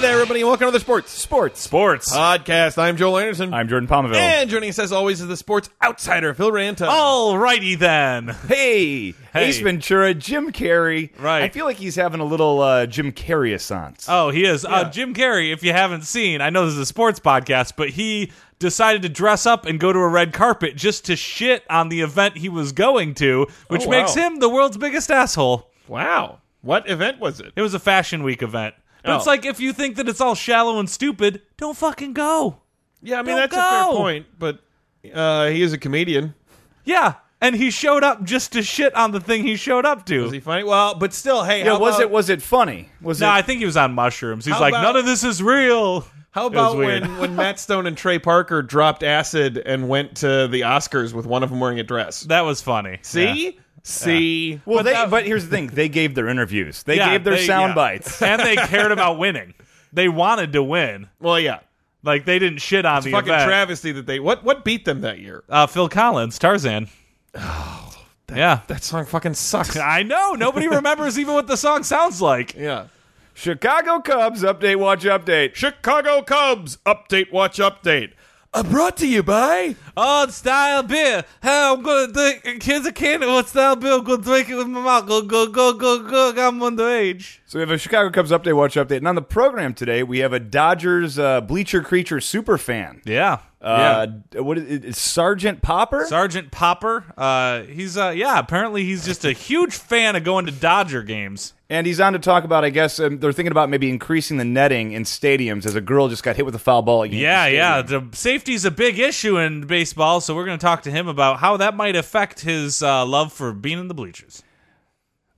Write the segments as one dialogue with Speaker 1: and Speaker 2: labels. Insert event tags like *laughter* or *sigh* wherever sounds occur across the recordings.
Speaker 1: there, everybody, and welcome to the Sports
Speaker 2: Sports.
Speaker 3: Sports.
Speaker 1: Podcast. I'm Joel Anderson.
Speaker 3: I'm Jordan Palmaville.
Speaker 1: and joining us as always is the sports outsider, Phil Ranta.
Speaker 3: Oh. Alrighty then.
Speaker 1: hey.
Speaker 3: Hey.
Speaker 2: Ace Ventura, Jim Carrey.
Speaker 1: Right.
Speaker 2: I feel like he's having a little uh, Jim Carrey assance.
Speaker 3: Oh, he is. Uh, Jim Carrey, if you haven't seen, I know this is a sports podcast, but he decided to dress up and go to a red carpet just to shit on the event he was going to, which
Speaker 1: Oh, wow.
Speaker 3: makes him the world's biggest asshole.
Speaker 1: Wow. What event was it?
Speaker 3: It was a fashion week event. But it's
Speaker 1: Oh.
Speaker 3: like if you think that it's all shallow and stupid, don't fucking go.
Speaker 1: Yeah, I mean,
Speaker 3: Don't
Speaker 1: that's a fair
Speaker 3: go.
Speaker 1: point, but uh, he is a comedian.
Speaker 3: Yeah. And he showed up just to shit on the thing he showed up to.
Speaker 1: Is he funny? Well, but still, hey,
Speaker 2: yeah,
Speaker 1: how
Speaker 2: was
Speaker 1: about,
Speaker 2: it was it funny? Was
Speaker 3: no,
Speaker 2: it
Speaker 3: I think he was on mushrooms. He's
Speaker 1: How
Speaker 3: like,
Speaker 1: about-
Speaker 3: none of this is real.
Speaker 1: How
Speaker 3: It was
Speaker 1: about
Speaker 3: weird.
Speaker 1: when, when Matt Stone and Trey Parker dropped acid and went to the Oscars with one of them wearing a dress?
Speaker 3: That was funny. Yeah.
Speaker 1: See? See?
Speaker 2: well, they,
Speaker 3: that-
Speaker 2: but here's the thing: they gave their interviews, they
Speaker 3: Yeah,
Speaker 2: gave their
Speaker 3: they-
Speaker 2: sound
Speaker 3: yeah. *laughs*
Speaker 2: bites.
Speaker 3: and they cared about winning. They wanted to win.
Speaker 1: Well, yeah.
Speaker 3: Like they didn't shit on the
Speaker 1: Fucking
Speaker 3: event.
Speaker 1: travesty that they. What, what beat them that year?
Speaker 3: uh, Phil Collins,
Speaker 2: *sighs*
Speaker 3: Tarzan. yeah,
Speaker 1: That song fucking sucks.
Speaker 3: I know. Nobody remembers even what the song sounds like.
Speaker 1: yeah.
Speaker 2: Chicago Cubs update, watch update.
Speaker 1: Chicago Cubs update, watch update. Uh, brought to you by.
Speaker 3: Old Oh, style beer. How I'm gonna drink. Here's a can of old style beer. I'm gonna drink it with my mouth. Go go go go go. I'm underage.
Speaker 2: So we have a Chicago Cubs update, watch update, and on the program today we have a Dodgers uh, bleacher creature super fan.
Speaker 3: Yeah.
Speaker 2: Uh, What is it, Sergeant Popper?
Speaker 3: Sergeant Popper, uh, he's uh, yeah. Apparently, he's just a huge fan of going to Dodger games.
Speaker 2: And he's on to talk about, I guess, um, they're thinking about maybe increasing the netting in stadiums as a girl just got hit with a foul ball. At Yankee
Speaker 3: Yeah,
Speaker 2: Stadium.
Speaker 3: yeah. The safety's a big issue in baseball, so we're going to talk to him about how that might affect his uh, love for being in the bleachers.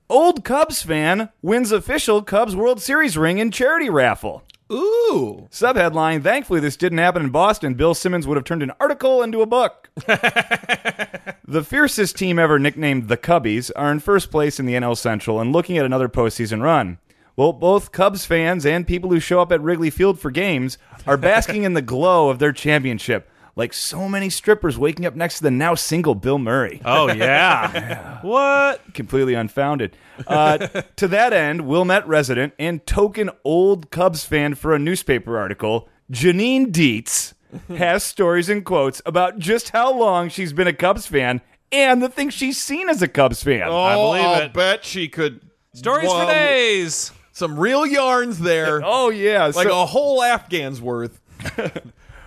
Speaker 2: Old Cubs fan wins official Cubs World Series ring in charity raffle.
Speaker 1: Ooh.
Speaker 2: Subheadline Thankfully, this didn't happen in Boston. Bill Simmons would have turned an article into a book. the fiercest team ever nicknamed the Cubbies are in first place in the NL Central and looking at another postseason run. Well, both Cubs fans and people who show up at Wrigley Field for games are basking in the glow of their championship, like so many strippers waking up next to the now single Bill Murray
Speaker 3: Oh yeah. what?
Speaker 2: completely unfounded.
Speaker 1: *laughs*
Speaker 2: Uh, to that end, Wilmette resident and token old Cubs fan for a newspaper article, Janine
Speaker 1: *laughs*
Speaker 2: Dietz has stories and quotes about just how long she's been a Cubs fan and the things she's seen as a Cubs fan.
Speaker 1: Oh,
Speaker 3: I believe
Speaker 1: I'll
Speaker 3: it.
Speaker 1: bet she could.
Speaker 3: Stories
Speaker 1: Whoa.
Speaker 3: for days.
Speaker 1: Some real yarns there.
Speaker 2: Oh, yeah,
Speaker 1: Like
Speaker 2: so
Speaker 1: a whole Afghan's worth.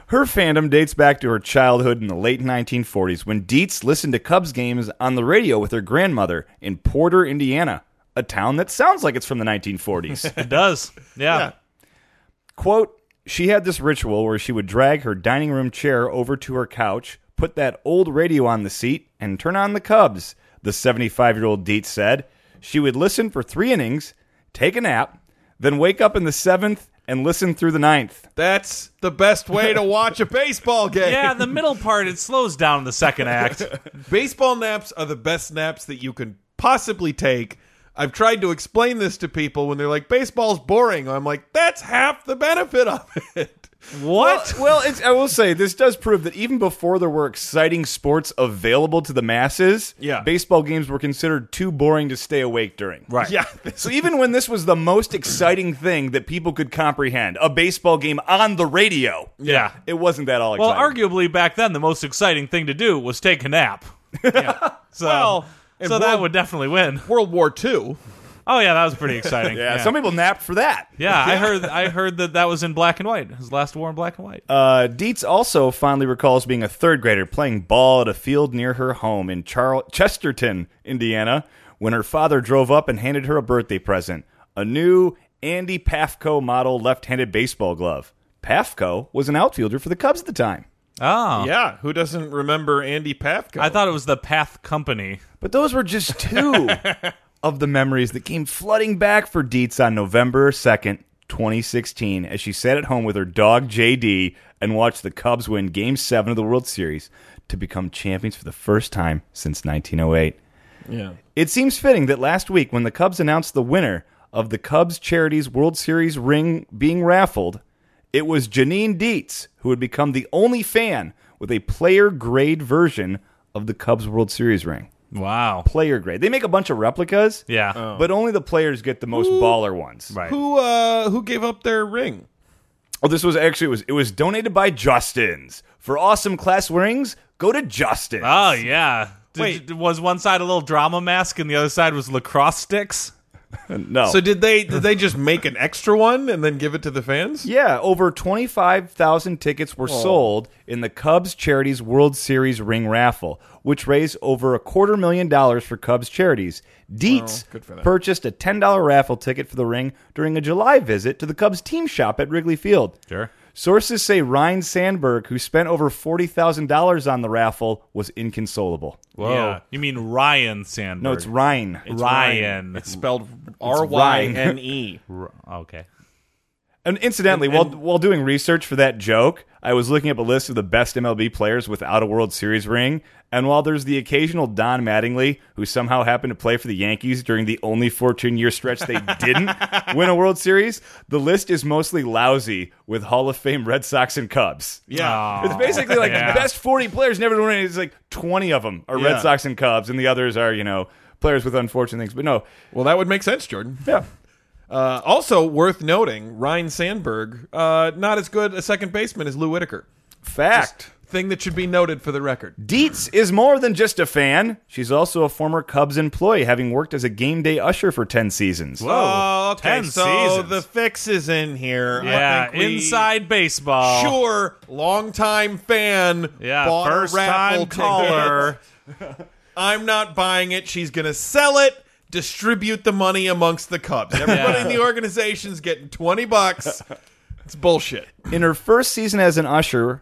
Speaker 2: her fandom dates back to her childhood in the late 1940s when Dietz listened to Cubs games on the radio with her grandmother in Porter, Indiana, a town that sounds like it's from
Speaker 1: *laughs*
Speaker 2: the 1940s.
Speaker 3: It does. Yeah.
Speaker 2: Quote, she had this ritual where she would drag her dining room chair over to her couch, put that old radio on the seat, and turn on the Cubs, the 75 year old Dietz said. She would listen for three innings, take a nap, then wake up in the seventh and listen through the ninth.
Speaker 1: That's the best way to watch a baseball game.
Speaker 3: Yeah, the middle part it slows down in the second act.
Speaker 1: Baseball naps are the best naps that you can possibly take. I've tried to explain this to people when they're like, baseball's boring. I'm like, that's half the benefit of it.
Speaker 3: What?
Speaker 2: Well, it's, I will say this does prove that even before there were exciting sports available to the masses,
Speaker 1: Yeah.
Speaker 2: baseball games were considered too boring to stay awake during.
Speaker 3: Right.
Speaker 1: Yeah.
Speaker 2: So even when this was the most exciting thing that people could comprehend, a baseball game on the radio,
Speaker 3: Yeah.
Speaker 2: it wasn't that all
Speaker 3: Well,
Speaker 2: exciting.
Speaker 3: arguably back then the most exciting thing to do was take a nap. Yeah. So
Speaker 1: Well, and
Speaker 3: so that
Speaker 1: world-
Speaker 3: would definitely win.
Speaker 1: *laughs* World War II.
Speaker 3: Oh yeah, that was pretty exciting.
Speaker 2: yeah, some people napped for that.
Speaker 3: Yeah, I heard. I heard that that was in black and white. His last war in black and white.
Speaker 2: Uh, Dietz also fondly recalls being a third grader playing ball at a field near her home in Charl- Chesterton, Indiana, when her father drove up and handed her a birthday present a new Andy Pafko model left handed baseball glove. Pafko was an outfielder for the Cubs at the time.
Speaker 3: oh,
Speaker 1: Yeah. Who doesn't remember Andy Pafko?
Speaker 3: I thought it was the Path Company.
Speaker 2: But those were just two of the memories that came flooding back for Dietz on November 2nd, 2016, as she sat at home with her dog JD and watched the Cubs win Game 7 of the World Series to become champions for the first time since 1908.
Speaker 1: yeah.
Speaker 2: It seems fitting that last week, when the Cubs announced the winner of the Cubs Charities World Series ring being raffled, it was Janine Dietz who had become the only fan with a player grade version of the Cubs World Series ring
Speaker 3: Wow.
Speaker 2: player grade. They make a bunch of replicas,
Speaker 3: Yeah.
Speaker 1: Oh.
Speaker 2: but only the players get the most baller ones.
Speaker 3: Right.
Speaker 1: Who uh who gave up their ring?
Speaker 2: Oh, this was actually it was it was donated by Justin's for awesome class rings. Go to Justin.
Speaker 3: Oh yeah. Did,
Speaker 1: Wait.
Speaker 3: was one side a little drama mask and the other side was lacrosse sticks?
Speaker 2: Uh, no.
Speaker 1: So did they did they just make an extra one and then give it to the fans?
Speaker 2: yeah, over twenty five thousand tickets were sold in the Cubs Charities World Series ring raffle, which raised over a quarter million dollars for Cubs charities. Dietz
Speaker 1: good for them.
Speaker 2: purchased a ten dollar raffle ticket for the ring during a July visit to the Cubs team shop at Wrigley Field.
Speaker 3: Sure.
Speaker 2: Sources say Ryan Sandberg, who spent over forty thousand dollars on the raffle, was inconsolable.
Speaker 1: Whoa.
Speaker 3: Yeah. You mean Ryan Sandberg?
Speaker 2: No, it's Ryan.
Speaker 3: Ryan.
Speaker 1: It's spelled R Y
Speaker 2: Ryan.
Speaker 1: N E.
Speaker 3: R- okay.
Speaker 2: And incidentally,
Speaker 1: And- and-
Speaker 2: while while doing research for that joke, I was looking up a list of the best MLB players without a World Series ring. And while there's the occasional Don Mattingly, who somehow happened to play for the Yankees during the only 14 year stretch they didn't win a World Series, the list is mostly lousy with Hall of Fame Red Sox and Cubs.
Speaker 1: Yeah.
Speaker 3: Aw.
Speaker 2: It's basically like
Speaker 3: Yeah.
Speaker 2: the best 40 players never win it. It's like 20 of them are
Speaker 1: Yeah.
Speaker 2: Red Sox and Cubs, and the others are, you know, players with unfortunate things. But no,
Speaker 1: Well, that would make sense, Jordan.
Speaker 2: yeah.
Speaker 1: Uh, also worth noting, Ryan Sandberg, uh, not as good a second baseman as Lou Whitaker.
Speaker 2: Fact.
Speaker 1: Thing that should be noted for the record.
Speaker 2: Dietz is more than just a fan. She's also a former Cubs employee, having worked as a game day usher for 10 seasons.
Speaker 1: Oh,
Speaker 3: Oh,
Speaker 1: okay.
Speaker 3: 10
Speaker 1: so
Speaker 3: seasons.
Speaker 1: the fix is in here. I
Speaker 3: Yeah,
Speaker 1: think we-
Speaker 3: inside baseball.
Speaker 1: Sure, longtime fan.
Speaker 3: Oh. Yeah,
Speaker 1: bought a
Speaker 3: first
Speaker 1: raffle
Speaker 3: time
Speaker 1: ticket.
Speaker 3: caller.
Speaker 1: *laughs* I'm not buying it. She's going to sell it, distribute the money amongst the Cubs. Everybody in the organization's getting 20 bucks. It's bullshit.
Speaker 2: In her first season as an usher,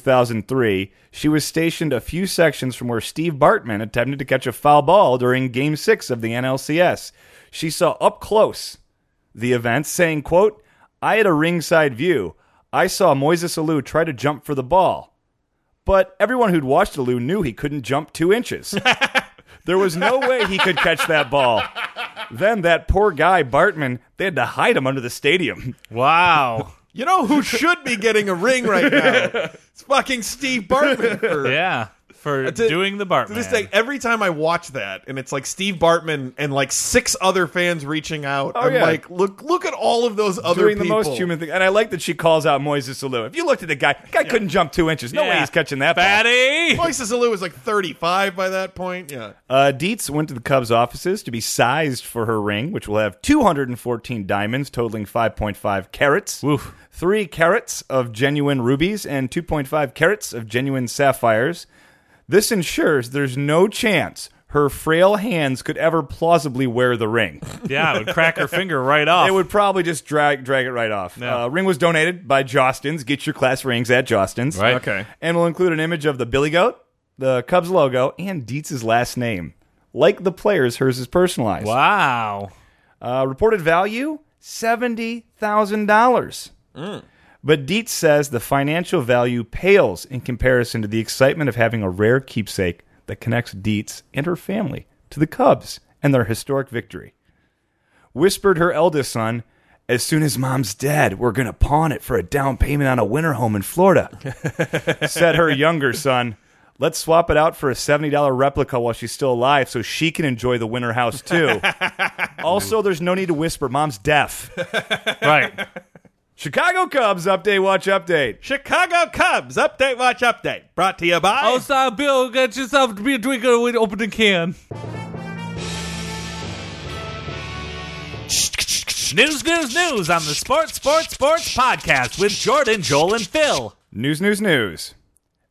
Speaker 2: 2003, she was stationed a few sections from where Steve Bartman attempted to catch a foul ball during Game 6 of the NLCS. She saw up close the event, saying, quote, I had a ringside view. I saw Moises Alou try to jump for the ball. But everyone who'd watched Alou knew he couldn't jump two inches. there was no way he could catch that ball. Then that poor guy, Bartman, they had to hide him under the stadium.
Speaker 3: *laughs* Wow.
Speaker 1: You know who should be getting a ring right
Speaker 3: *laughs*
Speaker 1: now? It's fucking Steve Bartman. For,
Speaker 3: yeah. For
Speaker 1: to-
Speaker 3: doing the Bartman.
Speaker 1: To this day, every time I watch that, and it's like Steve Bartman and like six other fans reaching out. I'm
Speaker 2: Oh, yeah.
Speaker 1: like, look, look at all of those other
Speaker 2: doing
Speaker 1: people.
Speaker 2: the most human thing. And I like that she calls out Moises Alou. If you looked at the guy, the guy couldn't jump two inches. No way
Speaker 3: Yeah.
Speaker 2: he's catching that ball.
Speaker 3: Fatty. *laughs*
Speaker 1: Moises Alou was like 35 by that point. Yeah.
Speaker 2: Uh, Dietz went to the Cubs' offices to be sized for her ring, which will have 214 diamonds totaling 5.5 carats,
Speaker 3: Woof.
Speaker 2: three carats of genuine rubies, and 2.5 carats of genuine sapphires. This ensures there's no chance her frail hands could ever plausibly wear the ring.
Speaker 3: Yeah, it would crack her finger right off.
Speaker 2: It would probably just drag drag it right off.
Speaker 3: Yeah.
Speaker 2: Uh, ring was donated by Jostins. Get your class rings at Jostins.
Speaker 3: Right.
Speaker 1: Okay.
Speaker 2: And will include an image of the Billy Goat, the Cubs logo, and Dietz's last name. Like the players, hers is personalized.
Speaker 3: Wow.
Speaker 2: Uh, reported value seventy thousand dollars. But Dietz says the financial value pales in comparison to the excitement of having a rare keepsake that connects Dietz and her family to the Cubs and their historic victory. Whispered her eldest son, as soon as mom's dead, we're going to pawn it for a down payment on a winter home in Florida. Said her younger son, let's swap it out for a $70 replica while she's still alive so she can enjoy the winter house too. also, there's no need to whisper, mom's deaf.
Speaker 3: Right.
Speaker 2: Chicago Cubs update, watch update.
Speaker 1: Chicago Cubs update, watch update. Brought to you by.
Speaker 3: Outside Bill, get yourself to be a drinker with opening can. News, news, news on the Sports, Sports, Sports podcast with Jordan, Joel, and Phil.
Speaker 2: News, news, news.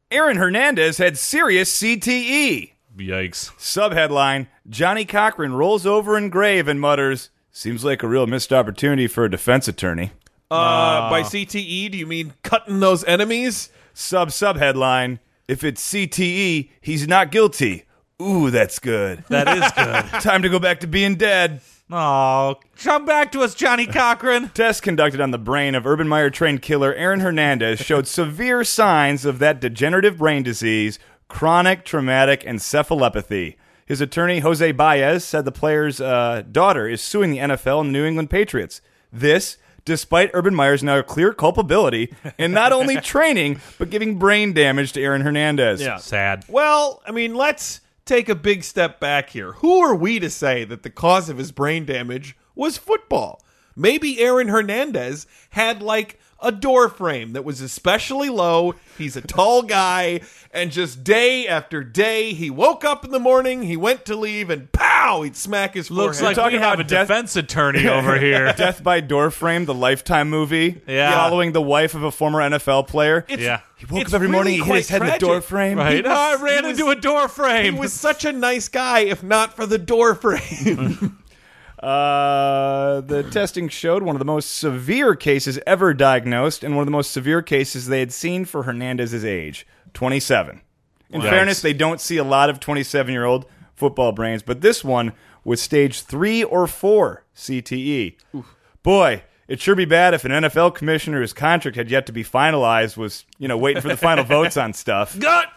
Speaker 2: Aaron Hernandez had serious CTE.
Speaker 3: Yikes.
Speaker 2: Subheadline Johnny Cochran rolls over in grave and mutters, Seems like a real missed opportunity for a defense attorney.
Speaker 3: Ah,
Speaker 1: Uh, by
Speaker 3: *laughs*
Speaker 1: CTE, do you mean cutting those enemies?
Speaker 2: Sub subheadline If it's CTE, he's not guilty. Ooh, that's good.
Speaker 3: That is good.
Speaker 2: Time to go back to being dead.
Speaker 3: Oh, come back to us,
Speaker 2: *laughs*
Speaker 3: Johnny Cochran.
Speaker 2: Tests conducted on the brain of Urban Meyer trained killer Aaron Hernandez showed severe signs of that degenerative brain disease, chronic traumatic encephalopathy. His attorney, Jose Baez, said the player's uh, daughter is suing the NFL and New England Patriots. This, despite Urban Meyer's now clear culpability in
Speaker 1: *laughs*
Speaker 2: not only training, but giving brain damage to Aaron Hernandez.
Speaker 3: Sad.
Speaker 1: Well, I mean, let's take a big step back here. Who are we to say that the cause of his brain damage was football? Maybe Aaron Hernandez had like a door frame that was especially low. He's a tall guy, and just day after day, he woke up in the morning, he went to leave, and pow, he'd smack his
Speaker 3: Looks
Speaker 1: forehead.
Speaker 3: like we
Speaker 2: talking
Speaker 3: have
Speaker 2: about
Speaker 3: a
Speaker 2: death-
Speaker 3: defense attorney
Speaker 2: *laughs*
Speaker 3: over *laughs* here.
Speaker 2: Death by Doorframe, the Lifetime movie,
Speaker 3: Yeah.
Speaker 2: following the wife of a former NFL player.
Speaker 1: It's-
Speaker 3: Yeah.
Speaker 2: he woke
Speaker 1: it's
Speaker 2: up every morning,
Speaker 1: really
Speaker 2: he hit his
Speaker 1: quite
Speaker 2: head in the door
Speaker 1: tragic.
Speaker 2: frame.
Speaker 3: Right? "Oh,
Speaker 2: He-
Speaker 3: I
Speaker 1: was-
Speaker 3: ran
Speaker 1: he was-
Speaker 3: into a door
Speaker 1: He
Speaker 3: frame.
Speaker 1: was such a nice guy, if not for the door
Speaker 2: *laughs*
Speaker 1: frame.
Speaker 2: Uh, the testing showed one of the most severe cases ever diagnosed and one of the most severe cases they had seen for Hernandez's age 27. In
Speaker 3: Wow.
Speaker 2: fairness,
Speaker 3: Yikes.
Speaker 2: they don't see a lot of 27 year old football brains, but this one was stage three or four CTE. Boy, it'd sure be bad if an NFL commissioner whose contract had yet to be finalized was, you know, waiting for the final votes
Speaker 1: *laughs*
Speaker 2: on stuff.
Speaker 3: God.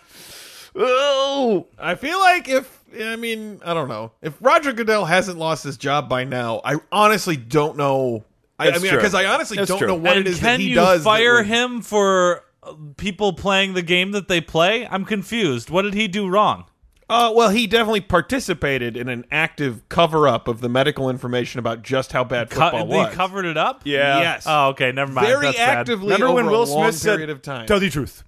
Speaker 2: Oh!
Speaker 1: I feel like if I mean I don't know if Roger Goodell hasn't lost his job by now, I honestly don't know. I, I
Speaker 2: That's
Speaker 1: mean,
Speaker 2: true.
Speaker 1: because I honestly
Speaker 2: That's
Speaker 1: don't
Speaker 2: true.
Speaker 1: know what
Speaker 3: and
Speaker 1: it is
Speaker 3: can
Speaker 1: that he
Speaker 3: you
Speaker 1: does. that
Speaker 3: fire
Speaker 1: would-
Speaker 3: him for uh, people playing the game that they play? I'm confused. What did he do wrong?
Speaker 1: Uh, well, he definitely participated in an active cover up of the medical information about just how bad
Speaker 3: Cut,
Speaker 1: football
Speaker 3: they
Speaker 1: was.
Speaker 3: covered it up.
Speaker 2: Yeah.
Speaker 1: Yes.
Speaker 3: Oh, okay. Never mind.
Speaker 1: Very
Speaker 3: That's bad.
Speaker 1: actively
Speaker 2: Remember
Speaker 1: over
Speaker 2: when
Speaker 1: a
Speaker 2: Will
Speaker 1: long
Speaker 2: Smith said,
Speaker 1: period of time.
Speaker 2: Tell the truth.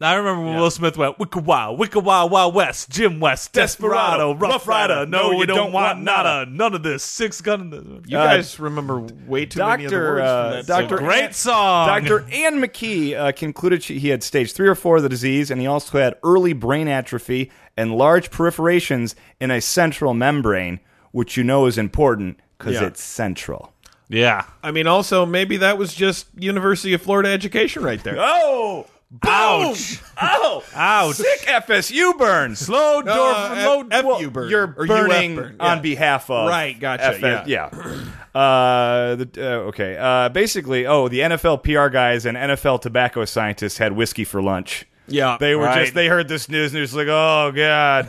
Speaker 3: I remember when Will Smith went Wicka Wild, Wicka Wild, Wild West, Jim West, Desperado, Rough Rider. No, we don't, want nada. None of this. Six gun. In the...
Speaker 1: you
Speaker 2: Uh,
Speaker 1: guys remember way too many of the
Speaker 2: Dr.,
Speaker 1: words.
Speaker 2: uh,
Speaker 1: from that
Speaker 2: Dr.
Speaker 1: song.
Speaker 3: Great song.
Speaker 2: Dr. Ann McKee uh, concluded she, he had stage three or four of the disease, and he also had early brain atrophy and large perforations in a central membrane, which you know is important because
Speaker 1: Yeah.
Speaker 2: it's central.
Speaker 3: Yeah.
Speaker 1: I mean, also maybe that was just University of Florida education right there.
Speaker 2: Oh!
Speaker 3: Ouch.
Speaker 2: Oh!
Speaker 3: Ouch.
Speaker 2: Sick FSU burns!
Speaker 3: Slow door.
Speaker 1: Uh, F-
Speaker 3: low,
Speaker 1: F
Speaker 3: well,
Speaker 1: you burn.
Speaker 2: You're
Speaker 1: Or
Speaker 2: burning
Speaker 1: UF burn, yeah.
Speaker 2: on behalf of
Speaker 1: Right, gotcha,
Speaker 2: FS yeah. Uh, the, uh, okay. Uh, basically, oh, the NFL PR guys and NFL tobacco scientists had whiskey for lunch.
Speaker 1: Yeah,
Speaker 2: They were
Speaker 3: Right.
Speaker 2: just they heard this news and they're just like, oh
Speaker 1: *laughs*
Speaker 2: god,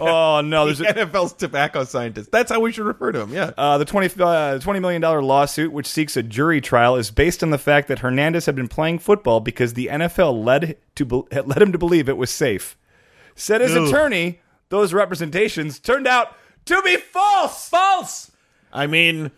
Speaker 2: oh no. There's a,
Speaker 1: NFL's tobacco scientist. That's how we should refer to him. Yeah.
Speaker 2: uh, the 20, uh, $20 million lawsuit, which seeks a jury trial, is based on the fact that Hernandez had been playing football because the NFL led to be- led him to believe it was safe. Said his
Speaker 3: Ugh.
Speaker 2: attorney, those representations turned out to be false.
Speaker 3: False.
Speaker 1: I mean,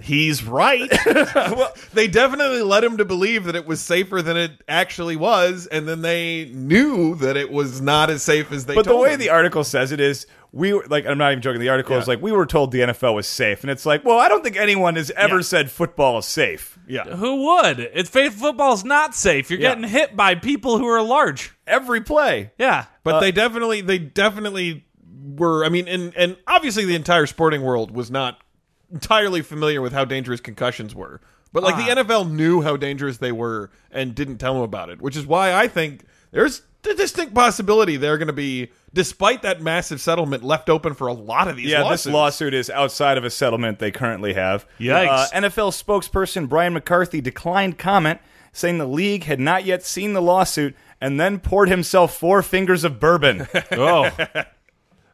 Speaker 1: he's right. *laughs* well, they definitely led him to believe that it was safer than it actually was, and then they knew that it was not as safe as they.
Speaker 2: But the
Speaker 1: told
Speaker 2: way
Speaker 1: him.
Speaker 2: the article says it is, we were like, I'm not even joking. The article is like, we were told the NFL was safe, and it's like, well, I don't think anyone has ever
Speaker 3: Yeah.
Speaker 2: said football is safe.
Speaker 1: yeah,
Speaker 3: Who would? It's faith football's not safe. You're
Speaker 2: Yeah.
Speaker 3: getting hit by people who are large.
Speaker 2: Every play,
Speaker 3: Yeah.
Speaker 1: but
Speaker 2: Uh,
Speaker 1: they definitely, they definitely were. I mean, and and obviously the entire sporting world was not entirely familiar with how dangerous concussions were. But like
Speaker 2: Ah.
Speaker 1: the NFL knew how dangerous they were and didn't tell them about it, which is why I think there's a distinct possibility they're going to be, despite that massive settlement, left open for a lot of these.
Speaker 2: Yeah,
Speaker 1: lawsuits.
Speaker 2: this lawsuit is outside of a settlement they currently have.
Speaker 3: Yikes.
Speaker 2: Uh, NFL spokesperson Brian McCarthy declined comment, saying the league had not yet seen the lawsuit and then poured himself four fingers
Speaker 3: *laughs*
Speaker 2: of bourbon.
Speaker 3: Oh.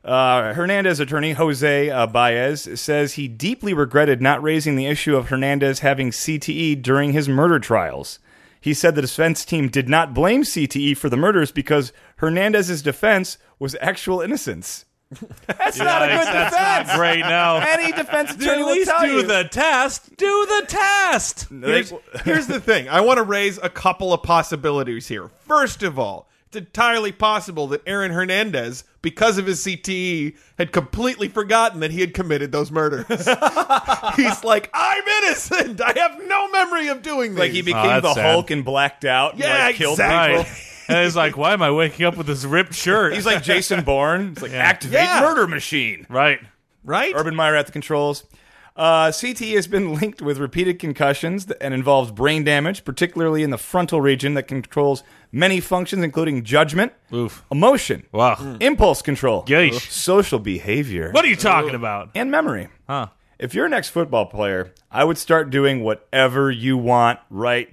Speaker 2: uh, Hernandez attorney Jose uh, Baez says he deeply regretted not raising the issue of Hernandez having CTE during his murder trials. He said the defense team did not blame CTE for the murders because Hernandez's defense was actual innocence. *laughs* That's not a good
Speaker 3: Yikes,
Speaker 2: defense.
Speaker 3: that's not great. No.
Speaker 2: Any defense attorney
Speaker 3: At least
Speaker 2: will tell
Speaker 3: do
Speaker 2: you.
Speaker 3: the test. Do the test.
Speaker 1: Here's, *laughs* here's the thing. I want to raise a couple of possibilities here. First of all, it's entirely possible that Aaron Hernandez, because of his CTE, had completely forgotten that he had committed those murders. *laughs* He's like, I'm innocent. I have no memory of doing this.
Speaker 2: like he became
Speaker 3: Oh, that's
Speaker 2: the
Speaker 3: sad.
Speaker 2: Hulk and blacked out. and,
Speaker 1: Yeah,
Speaker 2: like, killed
Speaker 1: exactly.
Speaker 2: people.
Speaker 3: *laughs* Right. and he's like, why am I waking up with this ripped shirt?
Speaker 2: *laughs* He's like Jason Bourne. It's like activate
Speaker 1: Yeah.
Speaker 2: murder machine.
Speaker 3: right.
Speaker 1: right?
Speaker 2: Urban Meyer at the controls. Uh, CTE has been linked with repeated concussions th- and involves brain damage, particularly in the frontal region that controls many functions, including judgment,
Speaker 3: Oof.
Speaker 2: emotion,
Speaker 3: Wow.
Speaker 2: impulse control,
Speaker 3: Yeesh.
Speaker 2: social behavior,
Speaker 3: What are you talking about?
Speaker 2: and memory.
Speaker 3: Huh.
Speaker 2: If you're an ex football player, I would start doing whatever you want right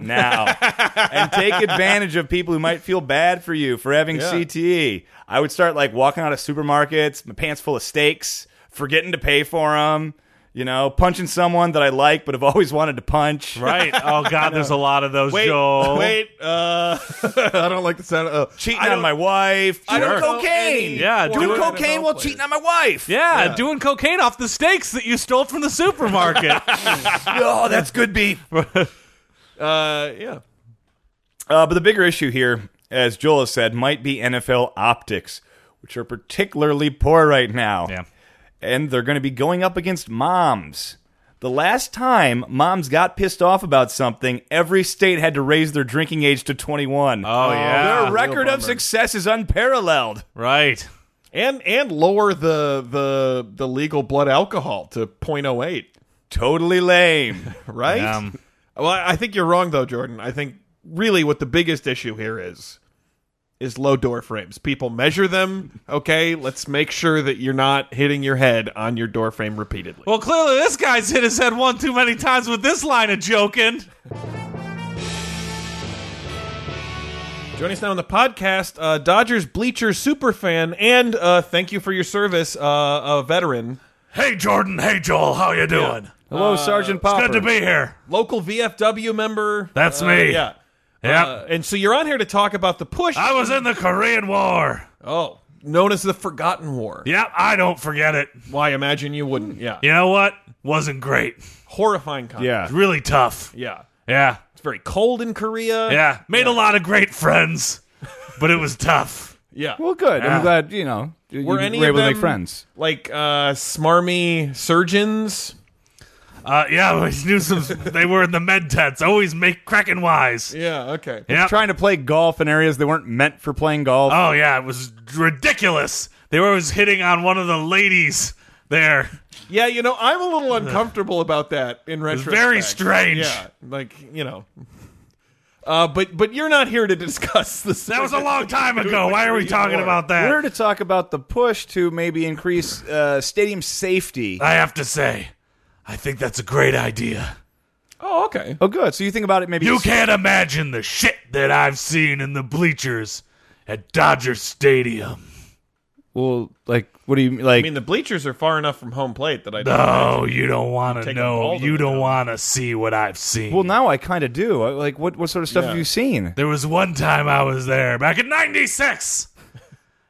Speaker 1: *laughs*
Speaker 2: now and take advantage of people who might feel bad for you for having CTE. I would start like walking out of supermarkets, my pants full of steaks, forgetting to pay for them, You know, punching someone that I like but have always wanted to punch.
Speaker 3: Right. Oh God, there's a lot of those,
Speaker 1: Wait,
Speaker 3: Joel.
Speaker 1: wait. Uh, I don't like the sound of uh,
Speaker 2: Cheating
Speaker 1: I
Speaker 2: on
Speaker 1: don't-
Speaker 2: my wife.
Speaker 1: I
Speaker 2: Doing
Speaker 1: don't know
Speaker 2: cocaine.
Speaker 1: any
Speaker 3: Yeah,
Speaker 1: former
Speaker 2: Doing
Speaker 3: doing-
Speaker 2: cocaine
Speaker 1: NFL
Speaker 2: while
Speaker 1: players.
Speaker 2: cheating on my wife.
Speaker 3: Yeah, doing cocaine off the steaks that you stole from the supermarket.
Speaker 2: oh, that's
Speaker 1: *laughs*
Speaker 2: good beef.
Speaker 1: Uh, yeah.
Speaker 2: Uh, but the bigger issue here, as Joel has said, might be NFL optics, which are particularly poor right now.
Speaker 3: Yeah.
Speaker 2: And they're going to be going up against moms. The last time moms got pissed off about something, every state had to raise their drinking age to 21.
Speaker 3: Oh yeah.
Speaker 2: Their record
Speaker 1: real
Speaker 2: of
Speaker 1: bummer.
Speaker 2: success is unparalleled.
Speaker 3: right.
Speaker 1: And and lower the the the legal blood alcohol to 0.08, *laughs*
Speaker 2: Totally lame.
Speaker 1: right?
Speaker 3: Um,
Speaker 1: Well, I I think you're wrong though, Jordan. I think really what the biggest issue here is is low door frames. People measure them, okay? Let's make sure that you're not hitting your head on your door frame repeatedly.
Speaker 3: Well, clearly this guy's hit his head one too many times with this line of joking.
Speaker 1: Joining us now on the podcast, uh, Dodgers bleacher superfan and uh, thank you for your service, uh, a veteran,
Speaker 3: Hey Jordan. Hey Joel. How you doing?
Speaker 2: Hello, Sergeant Popper.
Speaker 3: here.
Speaker 1: local VFW member.
Speaker 3: That's
Speaker 1: Uh,
Speaker 3: me.
Speaker 1: Yeah.
Speaker 3: Yeah.
Speaker 1: Uh, and so you're on here to talk about the push.
Speaker 3: was in the Korean War.
Speaker 1: oh, known as the Forgotten War.
Speaker 3: Yep, I don't forget it.
Speaker 1: Why? Imagine you wouldn't. Yeah.
Speaker 3: You know what? Wasn't great.
Speaker 1: Horrifying concept.
Speaker 2: Yeah.
Speaker 3: Really tough.
Speaker 1: Yeah.
Speaker 3: Yeah.
Speaker 1: It's very cold in Korea.
Speaker 3: Yeah. Made a lot of great friends, but it was tough.
Speaker 1: Yeah.
Speaker 2: Well, good.
Speaker 3: Yeah.
Speaker 2: I'm glad, you know, you
Speaker 1: Were
Speaker 2: were
Speaker 1: any
Speaker 2: able
Speaker 1: of
Speaker 2: to
Speaker 1: them
Speaker 2: make friends.
Speaker 1: like uh, smarmy surgeons?
Speaker 3: Uh, yeah, *laughs* we knew some. they were in the med tents. Always make cracking wise.
Speaker 1: Yeah. Okay.
Speaker 3: Yeah.
Speaker 2: Trying to play golf in areas that weren't meant for playing golf.
Speaker 3: Oh yeah, it was ridiculous. They were always hitting on one of the ladies there.
Speaker 1: Yeah. You know, I'm a little uncomfortable about that in
Speaker 3: It was
Speaker 1: retrospect.
Speaker 3: very strange.
Speaker 1: Yeah. Like you know. Uh, but but you're not here to *laughs* discuss this.
Speaker 3: That was a long time ago. Why are we talking about
Speaker 2: We're here
Speaker 3: that?
Speaker 2: to talk about the push to maybe increase uh, stadium
Speaker 1: Uh,
Speaker 2: safety.
Speaker 3: I have to say, I think that's a great idea.
Speaker 1: Oh, okay.
Speaker 2: Oh, good. So you think about it maybe.
Speaker 3: You can't imagine the shit that I've seen in the bleachers at Dodger Stadium.
Speaker 2: well, like, what do you like?
Speaker 1: I mean, the bleachers are far enough from home plate that I don't.
Speaker 3: No, you don't want to
Speaker 1: Take a
Speaker 3: know.
Speaker 1: ball to
Speaker 3: You
Speaker 1: the
Speaker 3: don't
Speaker 1: dome.
Speaker 3: want to see what I've seen.
Speaker 2: well, now I kind of do. I- Like, what what sort of stuff have you seen?
Speaker 3: There was one time I was there back in 96.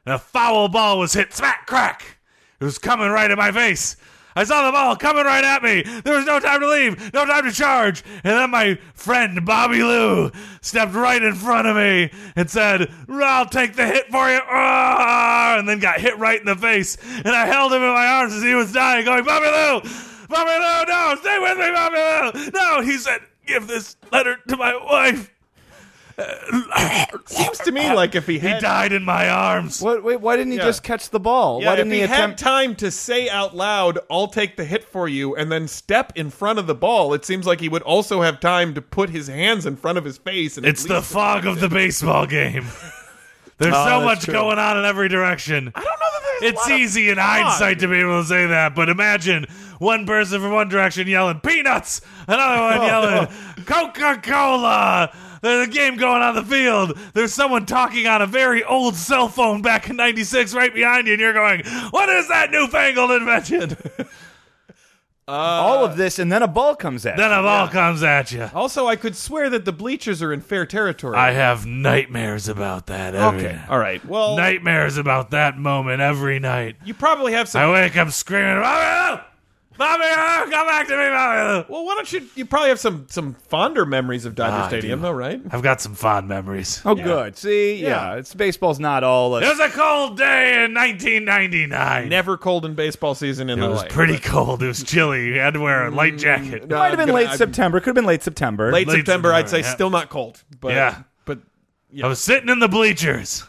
Speaker 3: And a foul ball was hit smack crack. It was coming right at my face. I saw the ball coming right at me. There was no time to leave, no time to charge. And then my friend Bobby Lou stepped right in front of me and said, I'll take the hit for you. Ah! And then got hit right in the face. And I held him in my arms as he was dying, going, Bobby Lou, Bobby Lou, no, stay with me, Bobby Lou. No, he said, give this letter to my wife. *laughs*
Speaker 1: Seems to me like if he
Speaker 3: He
Speaker 1: had
Speaker 3: died in my arms.
Speaker 2: What? Wait, why didn't he
Speaker 1: Yeah.
Speaker 2: just catch the ball?
Speaker 1: Yeah,
Speaker 2: why
Speaker 1: if
Speaker 2: didn't
Speaker 1: he had
Speaker 2: attempt?
Speaker 1: time to say out loud, "I'll take the hit for you," and then step in front of the ball, it seems like he would also have time to put his hands in front of his face. And at
Speaker 3: It's the
Speaker 1: least-
Speaker 3: fog of the baseball
Speaker 1: *laughs*
Speaker 3: game. There's so
Speaker 2: that's
Speaker 3: much
Speaker 2: true.
Speaker 3: going on in every direction.
Speaker 1: Ah, I don't know that there's a
Speaker 3: It's
Speaker 1: lot of-
Speaker 3: easy in hindsight to be able to say that, but imagine one person from one direction yelling peanuts, another
Speaker 1: *laughs*
Speaker 3: one yelling Coca Cola. There's a game going on the field. There's someone talking on a very old cell phone back in '96 right behind you, and you're going, "What is that newfangled invention?" *laughs*
Speaker 1: uh,
Speaker 2: all of this, and then a ball comes at.
Speaker 3: then
Speaker 2: you.
Speaker 3: a ball comes at you.
Speaker 1: Also, I could swear that the bleachers are in fair territory.
Speaker 3: I Oh, have nightmares about that. every-
Speaker 1: okay, all right. Well,
Speaker 3: nightmares about that moment every night.
Speaker 1: you probably have some.
Speaker 3: I wake up screaming, Bobby Lou! Bobby Lou! Come back to me, Bobby Lou!
Speaker 1: well, why don't you? You probably have some some fonder memories of Dodger
Speaker 3: Ah, I
Speaker 1: Stadium,
Speaker 3: do.
Speaker 1: though, right?
Speaker 3: I've got some fond memories.
Speaker 2: Oh, good. See, yeah.
Speaker 1: Yeah.
Speaker 2: it's baseball's not all.
Speaker 3: It
Speaker 2: Uh,
Speaker 3: was a cold day in 1999.
Speaker 1: Never cold in baseball season in
Speaker 3: it was pretty cold. It was chilly. You had to wear a light jacket.
Speaker 2: might have been late September. Could have been late September.
Speaker 1: Late,
Speaker 3: Late
Speaker 1: September, I'd say,
Speaker 3: September, yeah.
Speaker 1: still not cold. But,
Speaker 3: Yeah.
Speaker 1: but
Speaker 3: I was sitting in the bleachers.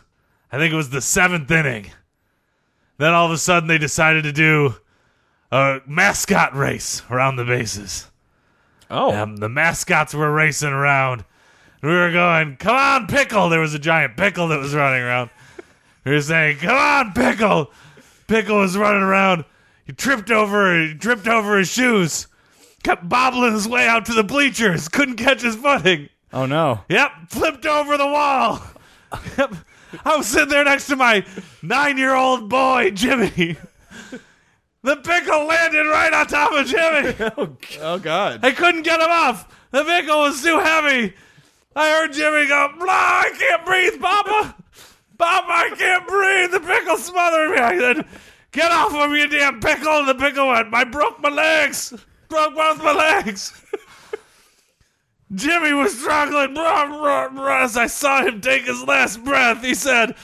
Speaker 3: I think it was the seventh inning. Then all of a sudden they decided to do a mascot race around the bases.
Speaker 1: oh,
Speaker 3: Um, the mascots were racing around. We were going, come on, pickle. There was a giant pickle that was running around. We were saying, come on, pickle. Pickle was running around. He tripped over, he tripped over his shoes. Kept bobbling his way out to the bleachers. Couldn't catch his footing.
Speaker 2: oh no.
Speaker 3: Yep, flipped over the wall. *laughs* Yep. I was sitting there next to my nine year old boy, Jimmy. *laughs* The pickle landed right on top of Jimmy.
Speaker 1: Oh God!
Speaker 3: I couldn't get him off. The pickle was too heavy. I heard Jimmy go, blah, I can't breathe, Papa. Papa, I can't breathe. The pickle smothered me. I said, get off of me, you damn pickle. And the pickle went, I broke my legs. Broke both my legs. *laughs* Jimmy was struggling. Brah, brah, brah. As I saw him take his last breath, he said,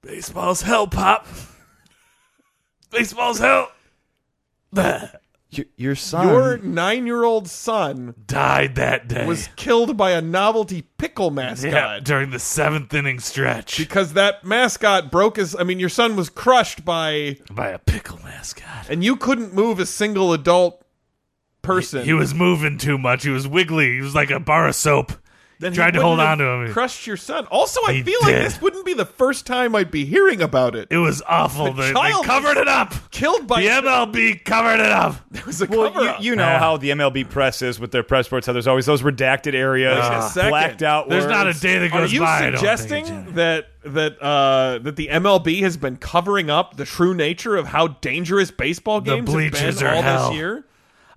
Speaker 3: baseball's hell, Pop. Baseball's hell.
Speaker 2: Your, your son.
Speaker 1: Your nine-year-old son
Speaker 3: Died that day.
Speaker 1: was killed by a novelty pickle mascot.
Speaker 3: Yeah, during the seventh inning stretch
Speaker 1: Because that mascot broke his. I mean, your son was crushed by,
Speaker 3: by a pickle mascot.
Speaker 1: and you couldn't move a single adult person.
Speaker 3: He was moving too much. He was wiggly. He was like a bar of soap.
Speaker 1: Then he
Speaker 3: tried to
Speaker 1: wouldn't
Speaker 3: hold on to
Speaker 1: have
Speaker 3: him.
Speaker 1: Crushed your son. Also, I
Speaker 3: He
Speaker 1: feel like
Speaker 3: did.
Speaker 1: this wouldn't be the first time I'd be hearing about it.
Speaker 3: It was
Speaker 1: The
Speaker 3: awful. they, they
Speaker 1: child-
Speaker 3: covered it up.
Speaker 1: Killed by *laughs*
Speaker 3: The MLB covered it up.
Speaker 1: It was a
Speaker 2: Well,
Speaker 1: cover
Speaker 2: you, you know
Speaker 3: Yeah.
Speaker 2: how the MLB press is with their press reports. How there's always those redacted areas, Ah.
Speaker 1: Wait a second.
Speaker 2: blacked out.
Speaker 3: There's
Speaker 2: words.
Speaker 3: not a day that
Speaker 1: Are
Speaker 3: goes
Speaker 1: you
Speaker 3: by. I don't think it's in
Speaker 1: suggesting that that uh, that the MLB has been covering up the true nature of how dangerous baseball games have
Speaker 3: bleachers
Speaker 1: been
Speaker 3: are
Speaker 1: all
Speaker 3: hell.
Speaker 1: this year?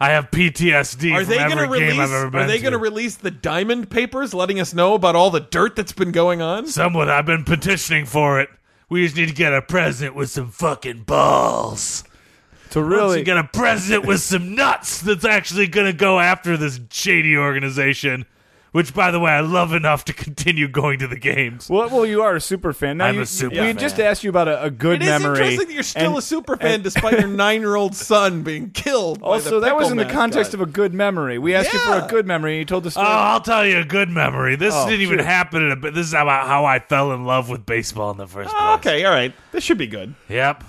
Speaker 3: I have PTSD
Speaker 1: Are
Speaker 3: from
Speaker 1: they going to
Speaker 3: every
Speaker 1: release?
Speaker 3: game I've ever been
Speaker 1: Are they
Speaker 3: to.
Speaker 1: going to release the diamond papers, letting us know about all the dirt that's been going on?
Speaker 3: Someone I've been petitioning for it. We just need to get a president with some fucking balls.
Speaker 2: to
Speaker 3: Once
Speaker 2: really
Speaker 3: you get a president with some nuts that's actually going to go after this shady organization, which, by the way, I love enough to continue going to the games.
Speaker 2: Well, well, you are a super fan. Now
Speaker 3: I'm
Speaker 2: you,
Speaker 3: a super
Speaker 2: we
Speaker 3: fan.
Speaker 2: just asked you about a, a good
Speaker 1: It is
Speaker 2: memory.
Speaker 1: interesting that you're still
Speaker 2: and
Speaker 1: a super fan despite
Speaker 3: *laughs*
Speaker 1: your nine-year-old son being killed.
Speaker 2: Also, that was in the context
Speaker 1: of.
Speaker 2: of a good memory. We asked you for
Speaker 1: Yeah.
Speaker 2: a good memory, and you told the
Speaker 3: Oh,
Speaker 2: story.
Speaker 3: I'll tell you a good memory. This
Speaker 2: Oh,
Speaker 3: didn't even
Speaker 2: shoot.
Speaker 3: happen in a bit. This is about how I fell in love with baseball in the first place.
Speaker 1: okay, all right. This should be good.
Speaker 3: Yep.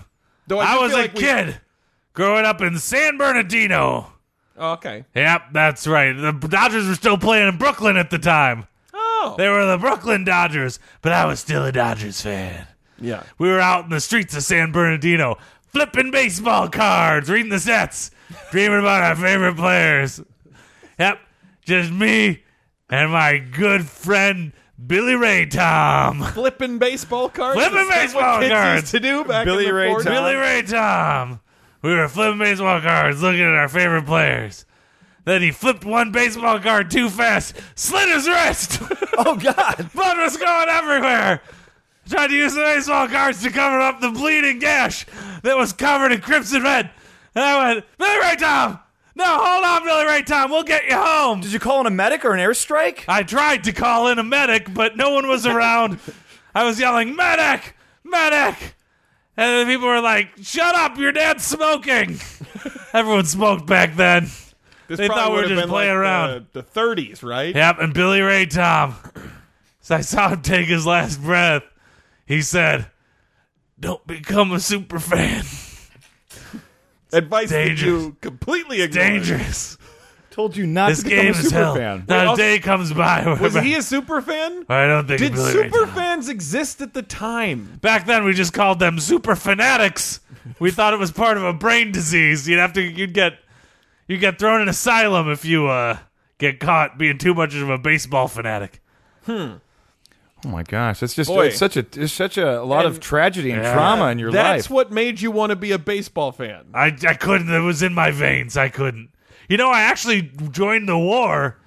Speaker 1: Though
Speaker 3: I,
Speaker 1: do
Speaker 3: was a
Speaker 1: feel like we-
Speaker 3: kid growing up in San Bernardino.
Speaker 1: Oh, okay.
Speaker 3: Yep, that's right. The Dodgers were still playing in Brooklyn at the time.
Speaker 1: Oh.
Speaker 3: They were the Brooklyn Dodgers, but I was still a Dodgers fan.
Speaker 1: yeah.
Speaker 3: We were out in the streets of San Bernardino, flipping baseball cards, reading the sets, dreaming about our favorite players. Yep, just me and my good friend Billy Ray
Speaker 1: *laughs*
Speaker 3: Tom.
Speaker 1: Flipping baseball cards.
Speaker 3: Flipping
Speaker 1: Is that what
Speaker 3: baseball
Speaker 1: kids
Speaker 3: cards.
Speaker 1: used to do back
Speaker 2: Billy
Speaker 1: in the
Speaker 2: Ray
Speaker 1: 40s?
Speaker 2: Tom.
Speaker 3: Billy Ray Tom. We were flipping baseball cards, looking at our favorite players. Then he flipped one baseball card too fast, slit his wrist. *laughs*
Speaker 2: Oh, God. *laughs*
Speaker 3: Blood was going everywhere. Tried to use the baseball cards to cover up the bleeding gash that was covered in crimson red. And I went, Billy Ray Tom! No, hold on, Billy Ray Tom. We'll get you home.
Speaker 2: Did you call in a medic or an airstrike?
Speaker 3: I tried to call in a medic, but no one was around. I was yelling, medic, medic. And the people were like, shut up, your dad's smoking. Everyone smoked back then.
Speaker 1: This
Speaker 3: They
Speaker 1: probably
Speaker 3: thought we were
Speaker 1: would've
Speaker 3: just
Speaker 1: been
Speaker 3: playing
Speaker 1: like
Speaker 3: around.
Speaker 1: The, the 30s, right?
Speaker 3: Yep, and Billy Ray Tom. So I saw him take his last breath. He said, don't become a super fan.
Speaker 1: Advice
Speaker 3: Dangerous.
Speaker 1: that you completely ignored.
Speaker 3: Dangerous.
Speaker 2: Told you not
Speaker 3: This
Speaker 2: to become
Speaker 3: game
Speaker 2: a
Speaker 3: is
Speaker 2: super
Speaker 3: hell.
Speaker 2: fan.
Speaker 3: Not
Speaker 1: Wait,
Speaker 3: a day comes by where
Speaker 1: Was
Speaker 3: we're *laughs*
Speaker 1: he
Speaker 3: back-
Speaker 1: a super fan?
Speaker 3: I don't think
Speaker 1: Did
Speaker 3: of Billy Ray
Speaker 1: super
Speaker 3: Tom.
Speaker 1: fans exist at the time?
Speaker 3: Back then, we just called them super fanatics. We thought it was part of a brain disease. You'd have to, you'd get, you would get thrown in asylum if you uh, get caught being too much of a baseball fanatic.
Speaker 2: Oh my gosh, that's just
Speaker 1: Boy.
Speaker 2: it's such a it's such a, a lot of
Speaker 1: And-
Speaker 2: tragedy and
Speaker 3: Yeah.
Speaker 2: trauma in your
Speaker 1: That's
Speaker 2: life.
Speaker 1: what made you want to be a baseball fan.
Speaker 3: I, I couldn't. It was in my veins. I couldn't. You know, I actually joined the war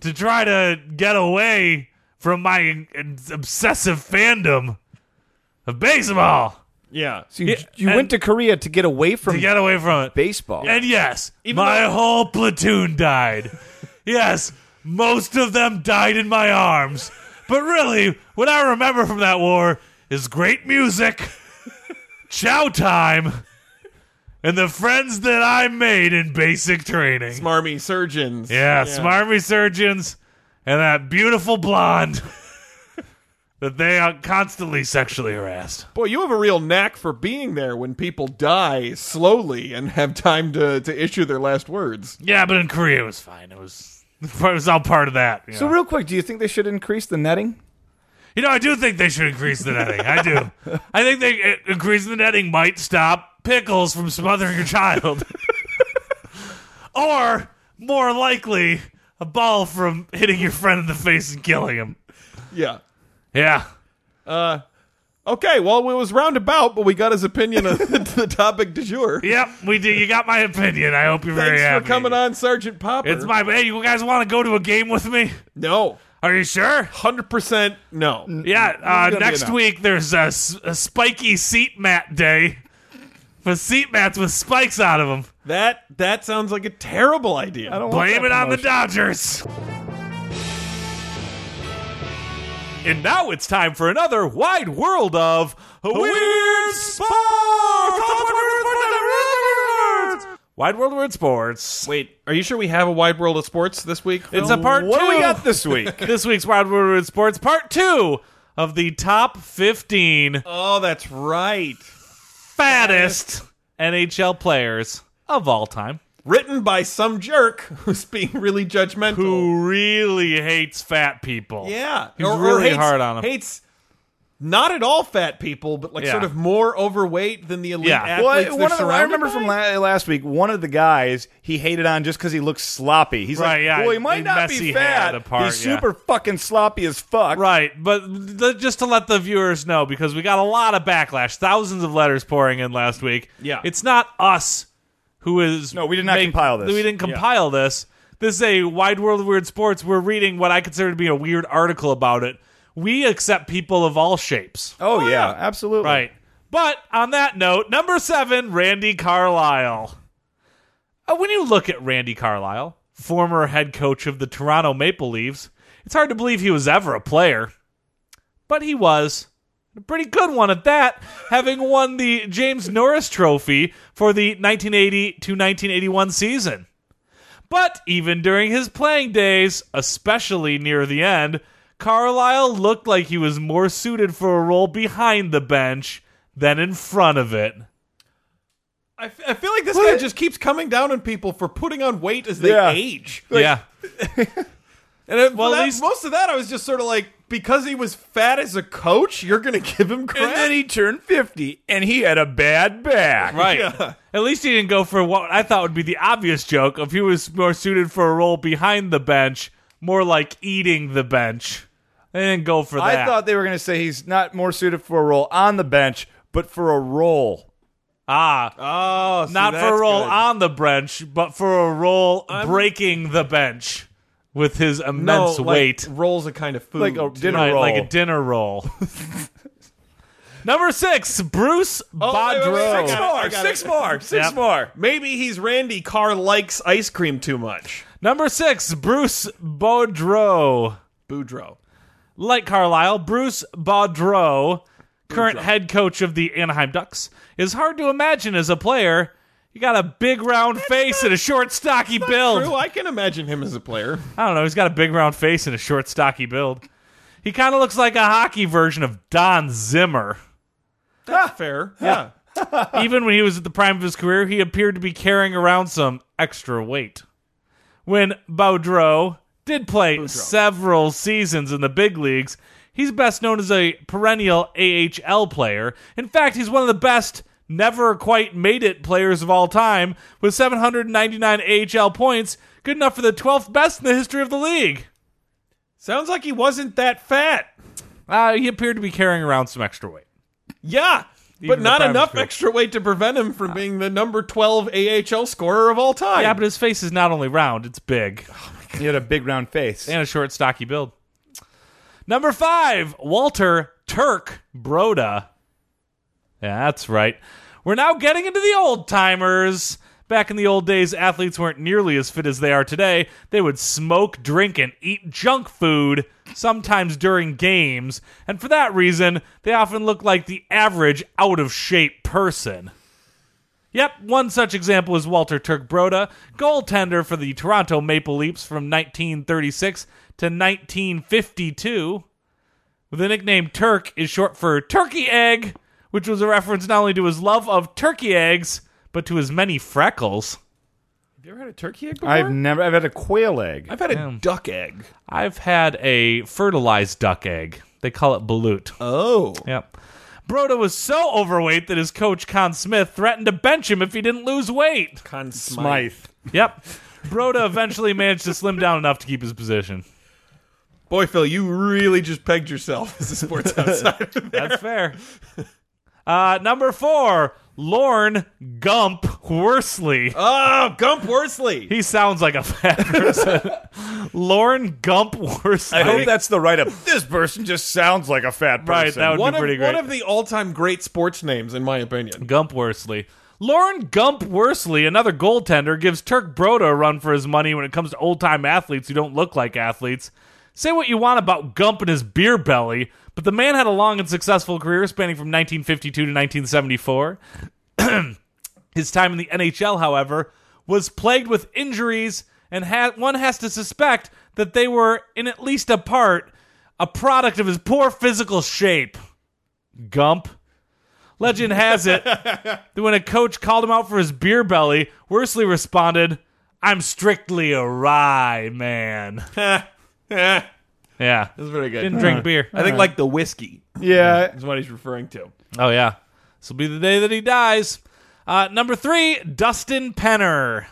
Speaker 3: to try to get away from my obsessive fandom of baseball.
Speaker 1: Yeah.
Speaker 2: So you
Speaker 3: Yeah,
Speaker 2: you
Speaker 3: and-
Speaker 2: went to Korea to get away from
Speaker 3: To get away from it.
Speaker 2: baseball.
Speaker 3: And yes,
Speaker 1: Even
Speaker 3: my
Speaker 1: though-
Speaker 3: whole platoon died. yes, most of them died in my arms. But really, what I remember from that war is great music, *laughs* chow time, and the friends that I made in basic training.
Speaker 1: Smarmy surgeons.
Speaker 3: yeah, smarmy surgeons and that beautiful blonde *laughs* that they are constantly sexually harassed.
Speaker 1: Boy, you have a real knack for being there when people die slowly and have time to, to issue their last words.
Speaker 3: Yeah, but in Korea it was fine. It was *laughs* it was all part of that. you
Speaker 2: So
Speaker 3: know.
Speaker 2: real quick, do you think they should increase the netting?
Speaker 3: You know, I do think they should increase the netting. I do. I think they uh, increasing the netting might stop pickles from smothering your child, *laughs* or more likely, a ball from hitting your friend in the face and killing him.
Speaker 1: Yeah.
Speaker 3: Yeah.
Speaker 1: Okay, well, it was roundabout, but we got his opinion on *laughs* the, the topic du jour.
Speaker 3: Yep, we did. You got my opinion. I hope you're very
Speaker 1: Thanks for
Speaker 3: happy.
Speaker 1: coming on, Sergeant Popper.
Speaker 3: It's my. Hey, you guys want to go to a game with me?
Speaker 1: no,
Speaker 3: Are you sure?
Speaker 1: hundred percent no.
Speaker 3: Yeah.
Speaker 1: be
Speaker 3: Uh, next
Speaker 1: enough.
Speaker 3: week there's a, s- a spiky seat mat day for seat mats with spikes out of them.
Speaker 1: That that sounds like a terrible idea.
Speaker 2: I don't want
Speaker 3: Blame it
Speaker 2: that
Speaker 3: on the
Speaker 2: promotion.
Speaker 3: Dodgers. And now it's time for another wide world of weird sports. Wide world of weird sports.
Speaker 1: Wait, are you sure we have a wide world of sports this week?
Speaker 3: It's a part
Speaker 2: What
Speaker 3: two.
Speaker 2: do we got this
Speaker 3: *laughs*
Speaker 2: week?
Speaker 3: this week's Wild World of Weird Sports Part Two of the top fifteen
Speaker 1: oh, that's right.
Speaker 3: Uh, fattest NHL players of all time.
Speaker 1: Written by some jerk who's being really judgmental.
Speaker 3: Who really hates fat people?
Speaker 1: Yeah,
Speaker 3: he's really
Speaker 1: hates-
Speaker 3: hard on 'em.
Speaker 1: Hates not at all fat people, but like
Speaker 3: Yeah.
Speaker 1: sort of more overweight than the elite
Speaker 3: Yeah.
Speaker 1: athletes they're
Speaker 3: Well,
Speaker 2: Well, one of the, I
Speaker 1: surrounded
Speaker 2: remember
Speaker 1: by?
Speaker 2: from la- last week, one of the guys he hated on just because he looked sloppy. He's
Speaker 3: Right,
Speaker 2: like,
Speaker 3: yeah,
Speaker 2: well, he might
Speaker 3: his
Speaker 2: not
Speaker 3: messy
Speaker 2: be
Speaker 3: head
Speaker 2: fat.
Speaker 3: apart,
Speaker 2: He's
Speaker 3: yeah.
Speaker 2: super fucking sloppy as fuck.
Speaker 3: Right, but th- just to let the viewers know, because we got a lot of backlash, thousands of letters pouring in last week.
Speaker 1: Yeah.
Speaker 3: it's not us who is.
Speaker 2: No, we did not compile this.
Speaker 3: We didn't compile this. This is a wide world of weird sports. We're reading what I consider to be a weird article about it. We accept people of all shapes.
Speaker 2: Oh, yeah, absolutely.
Speaker 3: Right. But on that note, number seven, Randy Carlisle. Uh, when you look at Randy Carlisle, former head coach of the Toronto Maple Leafs, it's hard to believe he was ever a player. But he was. A pretty good one at that, having won the James Norris Trophy for the 1980 to 1981 season. But even during his playing days, especially near the end, Carlisle looked like he was more suited for a role behind the bench than in front of it.
Speaker 1: I, f- I feel like this guy just keeps coming down on people for putting on weight as they
Speaker 2: Yeah.
Speaker 1: age. *laughs*
Speaker 3: yeah.
Speaker 1: And it, well,
Speaker 3: Well, at
Speaker 1: that,
Speaker 3: least-
Speaker 1: most of that, I was just sort of like, because he was fat as a coach, you're going to give him crap.
Speaker 2: And then he turned 50 and he had a bad back.
Speaker 3: Right.
Speaker 1: Yeah.
Speaker 3: At least he didn't go for what I thought would be the obvious joke of he was more suited for a role behind the bench, more like eating the bench. They didn't go for that.
Speaker 2: I thought they were going to say he's not more suited for a role on the bench, but for a role.
Speaker 3: ah,
Speaker 1: oh, see,
Speaker 3: not for
Speaker 1: that's
Speaker 3: a role
Speaker 1: good.
Speaker 3: on the bench, but for a role breaking the bench with his
Speaker 1: No,
Speaker 3: immense
Speaker 1: like,
Speaker 3: weight.
Speaker 1: rolls a kind of food.
Speaker 2: Like a
Speaker 1: too.
Speaker 2: dinner
Speaker 3: Right,
Speaker 2: roll.
Speaker 3: like a dinner roll. *laughs* Number six, Bruce
Speaker 2: Oh,
Speaker 1: Oh, wait, wait, wait,
Speaker 3: Boudreau.
Speaker 1: I got it.
Speaker 2: Six more, six
Speaker 3: Yep.
Speaker 2: more.
Speaker 1: Maybe he's Randy Carr likes ice cream too much.
Speaker 3: Number six, Bruce Boudreau.
Speaker 1: Boudreaux.
Speaker 3: Like Carlisle, Bruce Boudreau, current head coach of the Anaheim Ducks, is hard to imagine as a player. You got a big round face and a short, stocky build.
Speaker 1: True, I can imagine him as a player.
Speaker 3: I don't know. He's got a big round face and a short, stocky build. He kind of looks like a hockey version of Don Zimmer.
Speaker 1: That's fair. Yeah.
Speaker 3: *laughs* Even when he was at the prime of his career, he appeared to be carrying around some extra weight. When Boudreau did play several seasons in the big leagues, he's best known as a perennial AHL player. In fact, he's one of the best never quite made it players of all time with 799 AHL points, good enough for the 12th best in the history of the league.
Speaker 1: Sounds like he wasn't that fat.
Speaker 3: Uh, he appeared to be carrying around some extra weight.
Speaker 1: Yeah. but
Speaker 3: the
Speaker 1: not
Speaker 3: private
Speaker 1: enough
Speaker 3: school.
Speaker 1: extra weight to prevent him from being the number 12 AHL scorer of all time.
Speaker 3: Yeah, but his face is not only round, it's big.
Speaker 2: He had a big round face.
Speaker 3: and a short, stocky build. Number five, Walter Turk Broda. Yeah, that's right. We're now getting into the old timers. Back in the old days, athletes weren't nearly as fit as they are today. They would smoke, drink, and eat junk food, sometimes during games. And for that reason, they often look like the average out of shape person. Yep, one such example is Walter Turk Broda, goaltender for the Toronto Maple Leafs from 1936 to 1952. The nickname Turk is short for Turkey Egg, which was a reference not only to his love of turkey eggs, but to his many freckles.
Speaker 1: Have you ever had a turkey egg before?
Speaker 2: I've never, I've had a quail egg.
Speaker 1: I've had a duck egg.
Speaker 3: I've had a fertilized duck egg. They call it balut.
Speaker 1: Oh.
Speaker 3: Yep. Broda was so overweight that his coach, Con Smith, threatened to bench him if he didn't lose weight.
Speaker 1: Con
Speaker 2: Smythe.
Speaker 3: Yep. Broda eventually managed to slim down enough to keep his position.
Speaker 1: Boy, Phil, you really just pegged yourself as a sports outsider. there.
Speaker 3: That's fair. Uh, number four, Lorne Gump Worsley.
Speaker 1: Oh, Gump Worsley.
Speaker 3: He sounds like a fat person. Lorne Gump Worsley.
Speaker 2: I hope that's the write up. This person just sounds like a fat person.
Speaker 3: Right, that would-
Speaker 1: One of,
Speaker 3: pretty
Speaker 1: one
Speaker 3: great.
Speaker 1: of the all-time great sports names, in my opinion.
Speaker 3: Gump Worsley. Lauren Gump Worsley, another goaltender, gives Turk Broda a run for his money when it comes to old time athletes who don't look like athletes. Say what you want about Gump and his beer belly, but the man had a long and successful career spanning from 1952 to 1974. *clears throat* his time in the NHL, however, was plagued with injuries, and ha- one has to suspect that they were, in at least a part, a product of his poor physical shape. Gump. Legend has it that when a coach called him out for his beer belly, Worsley responded, I'm strictly a rye man. *laughs*
Speaker 1: *laughs* That's
Speaker 3: Yeah.
Speaker 1: very good.
Speaker 3: Didn't
Speaker 1: *laughs*
Speaker 3: drink beer.
Speaker 1: I think like the whiskey
Speaker 3: *laughs*
Speaker 2: Yeah.
Speaker 1: is what he's referring to.
Speaker 3: Oh, yeah. This will be the day that he dies. Uh, number three, Dustin Penner.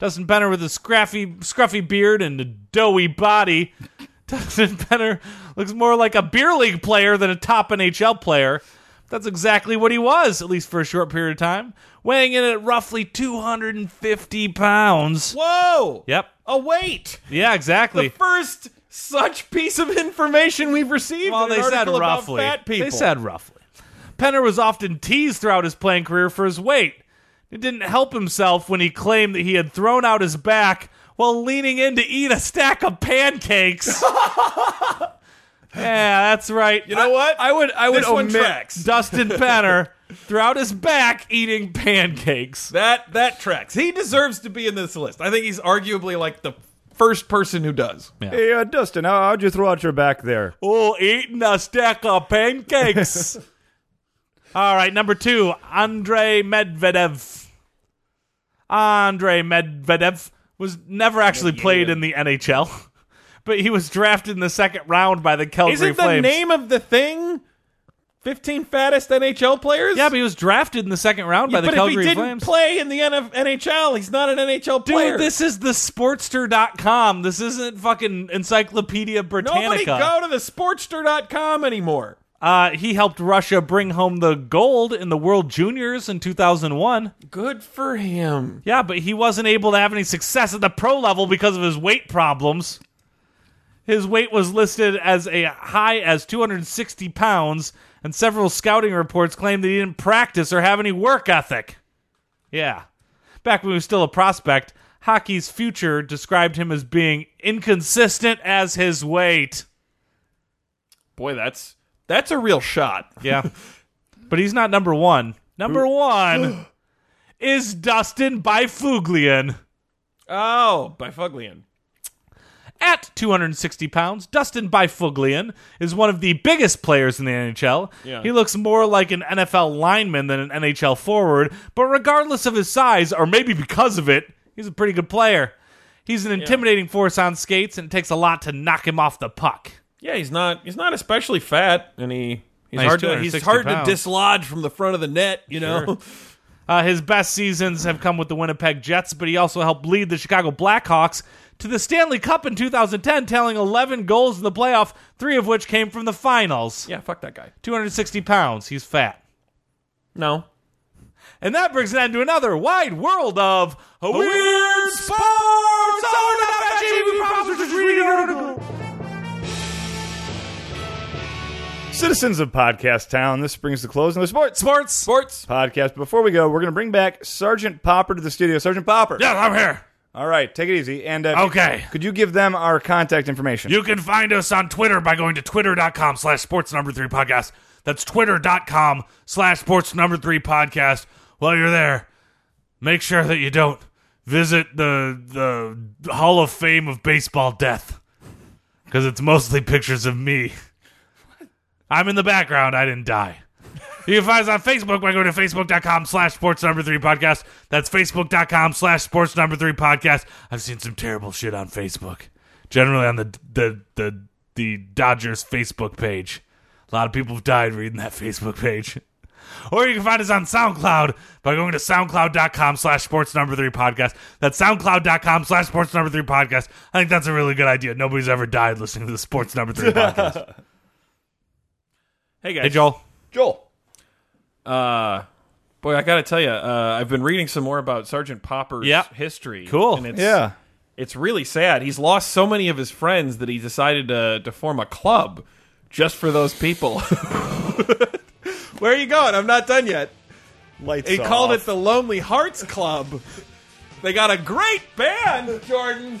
Speaker 3: Dustin Penner with a scruffy, scruffy beard and a doughy body. *laughs* Dustin Penner looks more like a beer league player than a top NHL player. That's exactly what he was, at least for a short period of time, weighing in at roughly 250 pounds.
Speaker 1: Whoa!
Speaker 3: Yep.
Speaker 1: Oh, wait!
Speaker 3: Yeah, exactly.
Speaker 1: The first such piece of information we've received.
Speaker 3: Well,
Speaker 1: in an
Speaker 3: they said
Speaker 1: article about
Speaker 3: roughly.
Speaker 1: Fat people.
Speaker 3: They said roughly. Penner was often teased throughout his playing career for his weight. He didn't help himself when he claimed that he had thrown out his back while leaning in to eat a stack
Speaker 1: *laughs*
Speaker 3: of pancakes. yeah, that's right.
Speaker 1: You know what?
Speaker 2: I would I would
Speaker 1: This one
Speaker 2: omit
Speaker 1: tracks.
Speaker 3: Dustin Penner threw out his back eating pancakes.
Speaker 1: That that tracks. He deserves to be in this list. I think he's arguably like the first person who does.
Speaker 2: Hey, uh, Dustin, how, how'd you throw out your back there?
Speaker 3: Oh, eating a stack of pancakes. *laughs* All right, number two, Andre Medvedev. Andre Medvedev was never actually played in the NHL, *laughs* but he was drafted in the second round by the Calgary
Speaker 1: Isn't the
Speaker 3: Flames.
Speaker 1: name of the thing 15 fattest NHL players?
Speaker 3: yeah, but he was drafted in the second round by the
Speaker 1: but if he
Speaker 3: Calgary
Speaker 1: didn't
Speaker 3: Flames.
Speaker 1: play in the NF- NHL, he's not an NHL
Speaker 3: Dude,
Speaker 1: player.
Speaker 3: this is the Sportster.com. This isn't fucking Encyclopedia
Speaker 1: Nobody
Speaker 3: Britannica.
Speaker 1: go to the sportster.com anymore.
Speaker 3: uh, he helped Russia bring home the gold in the World Juniors in 2001.
Speaker 1: Good for him.
Speaker 3: Yeah, but he wasn't able to have any success at the pro level because of his weight problems. His weight was listed as a high as 260 pounds, and several scouting reports claimed that he didn't practice or have any work ethic. Yeah. Back when he was still a prospect, Hockey's Future described him as being inconsistent as his weight.
Speaker 1: Boy, that's that's a real shot.
Speaker 3: Yeah. but he's not number one. Number one is Dustin Bifuglian.
Speaker 1: Oh, by Fuglian.
Speaker 3: At 260 pounds, Dustin Bifuglian is one of the biggest players in the NHL.
Speaker 1: Yeah.
Speaker 3: He looks more like an NFL lineman than an NHL forward, but regardless of his size, or maybe because of it, he's a pretty good player. He's an intimidating force on skates, and it takes a lot to knock him off the puck.
Speaker 1: Yeah, he's not he's not especially fat, and he he's
Speaker 3: Nice
Speaker 1: hard to he's
Speaker 3: 260
Speaker 1: hard
Speaker 3: pounds.
Speaker 1: to dislodge from the front of the net. You know,
Speaker 3: Uh, his best seasons have come with the Winnipeg Jets, but he also helped lead the Chicago Blackhawks to the Stanley Cup in 2010, tallying 11 goals in the playoff, three of which came from the
Speaker 1: *laughs*
Speaker 3: finals.
Speaker 1: yeah, fuck that guy.
Speaker 3: 260 pounds. He's fat.
Speaker 1: No,
Speaker 3: And that brings an end to another wide world of weird sports. Oh,
Speaker 2: Citizens of Podcast Town, this brings the close of the sports
Speaker 3: Sports.
Speaker 1: sports.
Speaker 2: podcast. Before we go, we're going to bring back Sergeant Popper to the studio. Sergeant Popper.
Speaker 3: Yeah, I'm here.
Speaker 2: All right, take it easy. And uh,
Speaker 3: Okay.
Speaker 2: could you give them our contact information?
Speaker 3: You can find us on Twitter by going to twitter.com slash sports number three podcast. That's twitter.com slash sports number three podcast. While you're there, make sure that you don't visit the the Hall of Fame of Baseball Death. Because it's mostly pictures of me. I'm in the background. I didn't die. You can find us on Facebook by going to facebook.com slash sports number three podcast. That's facebook.com slash sports number three podcast. I've seen some terrible shit on Facebook, generally on the, the, the, the Dodgers Facebook page. A lot of people have died reading that Facebook page. Or you can find us on SoundCloud by going to soundcloud.com slash sports number three podcast. That's soundcloud.com slash sports number three podcast. I think that's a really good idea. Nobody's ever died listening to the sports number three podcast.
Speaker 1: Hey guys.
Speaker 3: Hey, Joel.
Speaker 2: Joel.
Speaker 1: Uh, boy, I got to tell you, uh, I've been reading some more about Sergeant Popper's
Speaker 3: Yeah.
Speaker 1: history.
Speaker 3: Cool.
Speaker 1: And it's,
Speaker 2: Yeah.
Speaker 1: it's really sad. He's lost so many of his friends that he decided to, to form a club just for those people. *laughs* Where are you going? I'm not done yet.
Speaker 2: Lights
Speaker 1: He called it the Lonely Hearts Club. They got a great band, Jordan.